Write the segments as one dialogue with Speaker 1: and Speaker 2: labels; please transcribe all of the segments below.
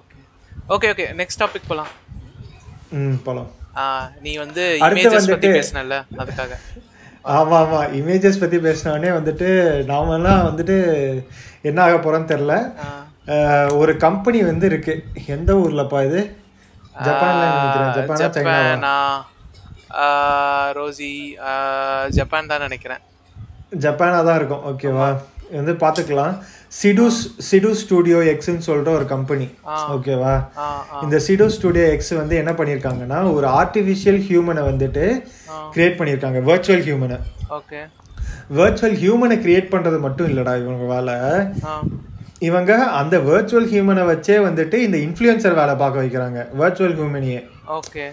Speaker 1: Okay okay okay next topic போலாம்
Speaker 2: ம் போலாம்
Speaker 1: ஆ, நீ வந்து
Speaker 2: அடுத்து
Speaker 1: இமேஜஸ் பத்தி
Speaker 2: வந்துட்டு-
Speaker 1: பேசினல்ல அதுக்காக
Speaker 2: ஆமா ஆமா இமேஜஸ் பத்தி பேசினோடனே வந்துட்டு நாமெல்லாம் வந்துட்டு என்ன ஆக போறோம்னு தெரில
Speaker 1: ஆ.
Speaker 2: ஒரு கம்பெனி வந்து இருக்கு எந்த ஊர்லப்பா இது ஜப்பான்ல நினைக்கிறேன் ஜப்பானா சைனா
Speaker 1: ஜப்பானா ஆ, ரோசி ஆ, ஜப்பான் தான் நினைக்கிறேன்
Speaker 2: ஜப்பானா தான் இருக்கும் ஓகேவா வந்து பார்த்துக்கலாம் சிடூஸ் சிடு ஸ்டூடியோ எக்ஸ்ன்னு சொல்லிட்டு ஒரு கம்பெனி ஓகேவா
Speaker 1: ஆ,
Speaker 2: இந்த சிடோ ஸ்டூடியோ எக்ஸ் வந்து என்ன பண்ணியிருக்காங்கன்னா ஒரு ஆர்டிஃபிஷியல் ஹியூமனை வந்துட்டு கிரியேட் பண்ணியிருக்காங்க வர்ச்சுவல் ஹியூமனை
Speaker 1: ஓகே
Speaker 2: வர்ச்சுவல் ஹியூமனை கிரியேட் பண்ணுறது மட்டும் இல்லைடா இவங்க வேலை இவங்க அந்த வர்ச்சுவல் ஹியூமனை வச்சே வந்துட்டு இந்த இன்ஃப்ளூயன்சர் வேலை பார்க்க வைக்கிறாங்க வர்ச்சுவல் ஹியூமனையே
Speaker 1: ஓகே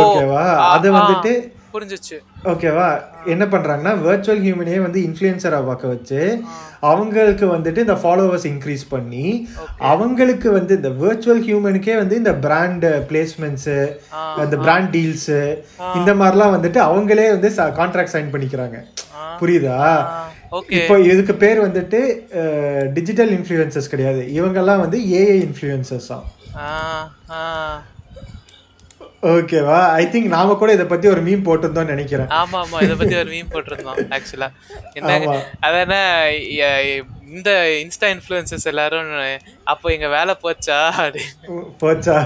Speaker 2: ஓகேவா அது வந்துட்டு
Speaker 1: புரிஞ்சிச்சு
Speaker 2: ஓகேவா என்ன பண்றாங்கன்னா வர்ச்சுவல் ஹியூமனையே வந்து இன்ஃப்ளூயன்சரா பார்க்க வச்சு அவங்களுக்கு வந்துட்டு இந்த ஃபாலோவர்ஸ் இன்க்ரீஸ் பண்ணி அவங்களுக்கு வந்து இந்த வர்ச்சுவல் ஹியூமனுக்கே வந்து இந்த பிராண்ட் பிளேஸ்மெண்ட்ஸ் இந்த பிராண்ட் டீல்ஸ் இந்த மாதிரிலாம் வந்துட்டு அவங்களே வந்து கான்ட்ராக்ட் சைன் பண்ணிக்கிறாங்க புரியுதா
Speaker 1: ஓகே
Speaker 2: இப்போ இதுக்கு பேர் வந்துட்டு டிஜிட்டல் இன்ஃப்ளூயன்சஸ் கிடையாது இவங்கெல்லாம் வந்து ஏஐ இன்ஃப்ளூயன்சஸ் தான்
Speaker 1: ஆ ஆ
Speaker 2: ஓகேவா ஐ திங்க் நாம கூட இதை பத்தி ஒரு மீம் போட்டிருந்தோம்னு நினைக்கிறேன்
Speaker 1: ஆமா ஆமா இத பத்தி ஒரு மீம் போட்டிருந்தோம் ஆக்சுவலா என்ன
Speaker 2: ஆமா.
Speaker 1: அதான எ- இந்த இன்ஸ்டா இன்ஃப்ளூயன்சஸ் எல்லாரும் அப்போ எங்க வேலை போச்சா அப்படின்னு.
Speaker 2: போச்சா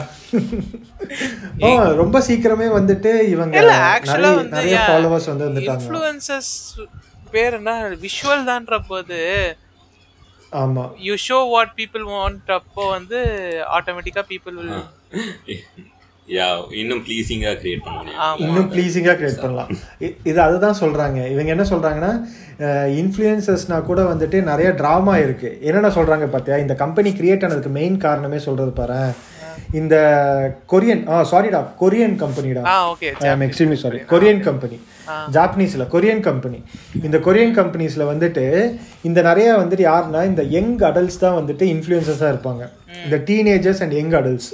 Speaker 2: ஓ ரொம்ப சீக்கிரமே வந்துட்டு இவங்க
Speaker 1: இல்ல ஆக்சுவலா
Speaker 2: நிறைய-
Speaker 1: வந்து
Speaker 2: நிறைய ஃபாலோவர்ஸ் வந்து வந்துட்டாங்க
Speaker 1: இன்ஃப்ளூயன்சஸ் பேர் என்ன விஷுவல் தான்ற போது
Speaker 2: ஆமா
Speaker 1: you show what people want அப்போ வந்து ஆட்டோமேட்டிக்கா பீப்புள் வில்
Speaker 3: யா இன்னும் ப்ளீஸிங்காக கிரியேட் பண்ண முடியும்
Speaker 2: இன்னும் ப்ளீஸிங்காக கிரியேட் பண்ணலாம் இ- இது அதுதான் சொல்கிறாங்க இவங்க என்ன சொல்கிறாங்கன்னா இன்ஃப்ளூயன்சஸ்னா கூட வந்துட்டு நிறைய ட்ராமா இருக்குது என்னென்ன சொல்கிறாங்க பார்த்தியா இந்த கம்பெனி கிரியேட் ஆனதுக்கு மெயின் காரணமே சொல்கிறது பாரு இந்த கொரியன் ஆ சாரிடா கொரியன் கம்பெனிடா
Speaker 1: ஆ okay
Speaker 2: I am extremely sorry Korean company ஜாப்பனீஸ்ல கொரியன் கம்பெனி இந்த கொரியன் கம்பெனிஸ்ல வந்துட்டு இந்த நிறைய வந்துட்டு யாருன்னா இந்த யங் அடல்ட்ஸ் தான் வந்துட்டு இன்ஃப்ளூயன்சஸாக இருப்பாங்க இந்த டீனேஜர்ஸ் அண்ட் யங் அடல்ட்ஸ்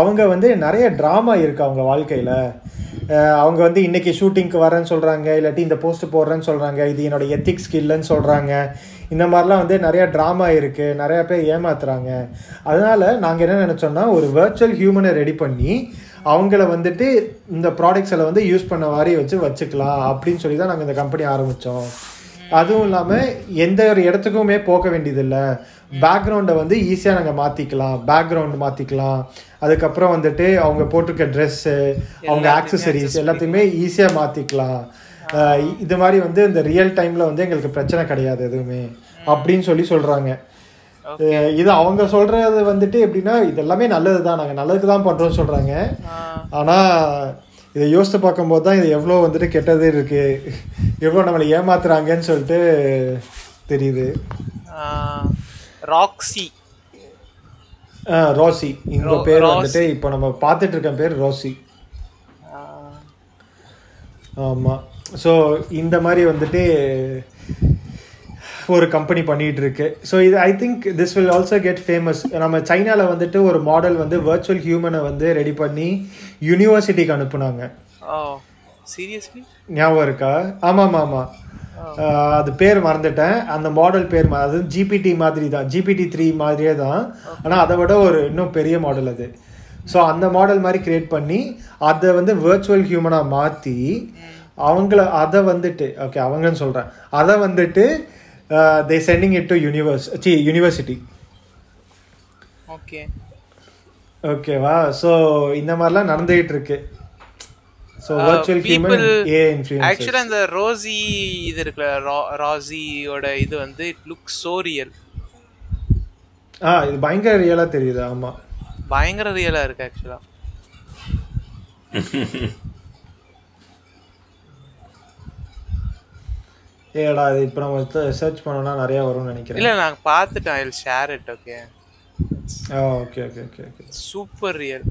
Speaker 2: அவங்க வந்து நிறைய ட்ராமா இருக்கு அவங்க வாழ்க்கையில் அவங்க வந்து இன்னைக்கு ஷூட்டிங்க்கு வரேன்னு சொல்கிறாங்க இல்லாட்டி இந்த போஸ்ட் போடுறேன்னு சொல்கிறாங்க இது என்னோட எத்திக்ஸ் இல்லைன்னு சொல்கிறாங்க இந்த மாதிரிலாம் வந்து நிறைய ட்ராமா இருக்குது நிறைய பேர் ஏமாத்துறாங்க அதனால நாங்கள் என்ன நினச்சோம்னா ஒரு வர்ச்சுவல் ஹியூமனை ரெடி பண்ணி அவங்கள வந்துட்டு இந்த ப்ராடக்ட்ஸ் எல்லாம் வந்து யூஸ் பண்ண மாதிரி வச்சு வச்சுக்கலாம் அப்படின்னு சொல்லி தான் நாங்கள் இந்த கம்பெனி ஆரம்பித்தோம் அதுவும் இல்லாமல் எந்த ஒரு இடத்துக்குமே போக வேண்டியதில்லை பேக்ரவுண்டை வந்து ஈஸியாக நாங்கள் மாற்றிக்கலாம் பேக்ரவுண்ட் மாற்றிக்கலாம் அதுக்கப்புறம் வந்துட்டு அவங்க போட்டிருக்க ட்ரெஸ்ஸு அவங்க ஆக்சசரிஸ் எல்லாத்தையுமே ஈஸியாக மாற்றிக்கலாம் இது மாதிரி வந்து இந்த ரியல் டைமில் வந்து எங்களுக்கு பிரச்சனை கிடையாது எதுவுமே அப்படின்னு சொல்லி சொல்கிறாங்க அஹ் இது அவங்க சொல்றது வந்துட்டு எப்படின்னா இது எல்லாமே நல்லது தான் நாங்கள் நல்லதுக்கு தான் பண்ணுறோம்னு சொல்கிறாங்க ஆனால் இதை யோசித்து பார்க்கும்போது தான் இது எவ்வளோ வந்துட்டு கெட்டது இருக்குது எவ்வளோ நம்மளை ஏமாத்துறாங்கன்னு சொல்லிட்டு தெரியுது
Speaker 1: ராக்ஸி
Speaker 2: அஹ் ரோசி இந்த
Speaker 1: ரோ-
Speaker 2: பேர்
Speaker 1: ரோசி.
Speaker 2: வந்துட்டு இப்போ நம்ம பார்த்துட்டு இருக்க பேர் ரோசி ஆமாம் ஸோ இந்த மாதிரி வந்துட்டு ஒரு கம்பெனி பண்ணிட்டு இருக்கு ஸோ இது I think this will also get famous நம்ம சைனாவில் வந்துட்டு ஒரு மாடல் வந்து வர்ச்சுவல் ஹியூமனை வந்து ரெடி பண்ணி யூனிவர்சிட்டிக்கு அனுப்புனாங்க
Speaker 1: ஓ சீரியஸ்லி
Speaker 2: ஞாபகம் இருக்கா ஆமாம் ஆமாம் ஆமாம் அஹ் அது பேர் மறந்துட்டேன் அந்த மாடல் பேர் ம- அது ஜிபிடி மாதிரி தான் ஜிபிடி த்ரீ மாதிரியே தான் ஆனால் அதை விட ஒரு இன்னும் பெரிய மாடல் அது ஸோ அந்த மாடல் மாதிரி கிரியேட் பண்ணி அதை வந்து வர்ச்சுவல் ஹியூமனாக மாற்றி அவங்கள அதை வந்துட்டு ஓகே அவங்கன்னு சொல்கிறேன் அதை வந்துட்டு they sending it to universe சி யூனிவர்சிட்டி
Speaker 1: ஓகே
Speaker 2: ஓகேவா ஸோ இந்த மாதிரிலாம் நடந்துகிட்டு இருக்கு so
Speaker 1: Uh,
Speaker 2: virtual human
Speaker 1: people-
Speaker 2: a influence
Speaker 1: ஆக்சுவலா இந்த ரோசி இது இருக்குல்ல ரா- ராசியோட இது வந்து இட் லுக் சோ ரியல்
Speaker 2: ஆ இது பயங்கர ரியலாக தெரியுது ஆமாம்
Speaker 1: பயங்கர ரியலா இருக்கு ஆக்சுவலா
Speaker 2: ஏடா இது இப்போ நம்ம சர்ச் பண்ணோம்னா நிறைய வரும்னு நினைக்கிறேன்
Speaker 1: இல்ல நான் பார்த்துட்டேன் ஐ ஷேர் இட் ஓகே
Speaker 2: ஆ okay okay okay okay
Speaker 1: super real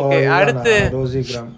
Speaker 1: okay அடுத்து
Speaker 2: ரோசி கிராம்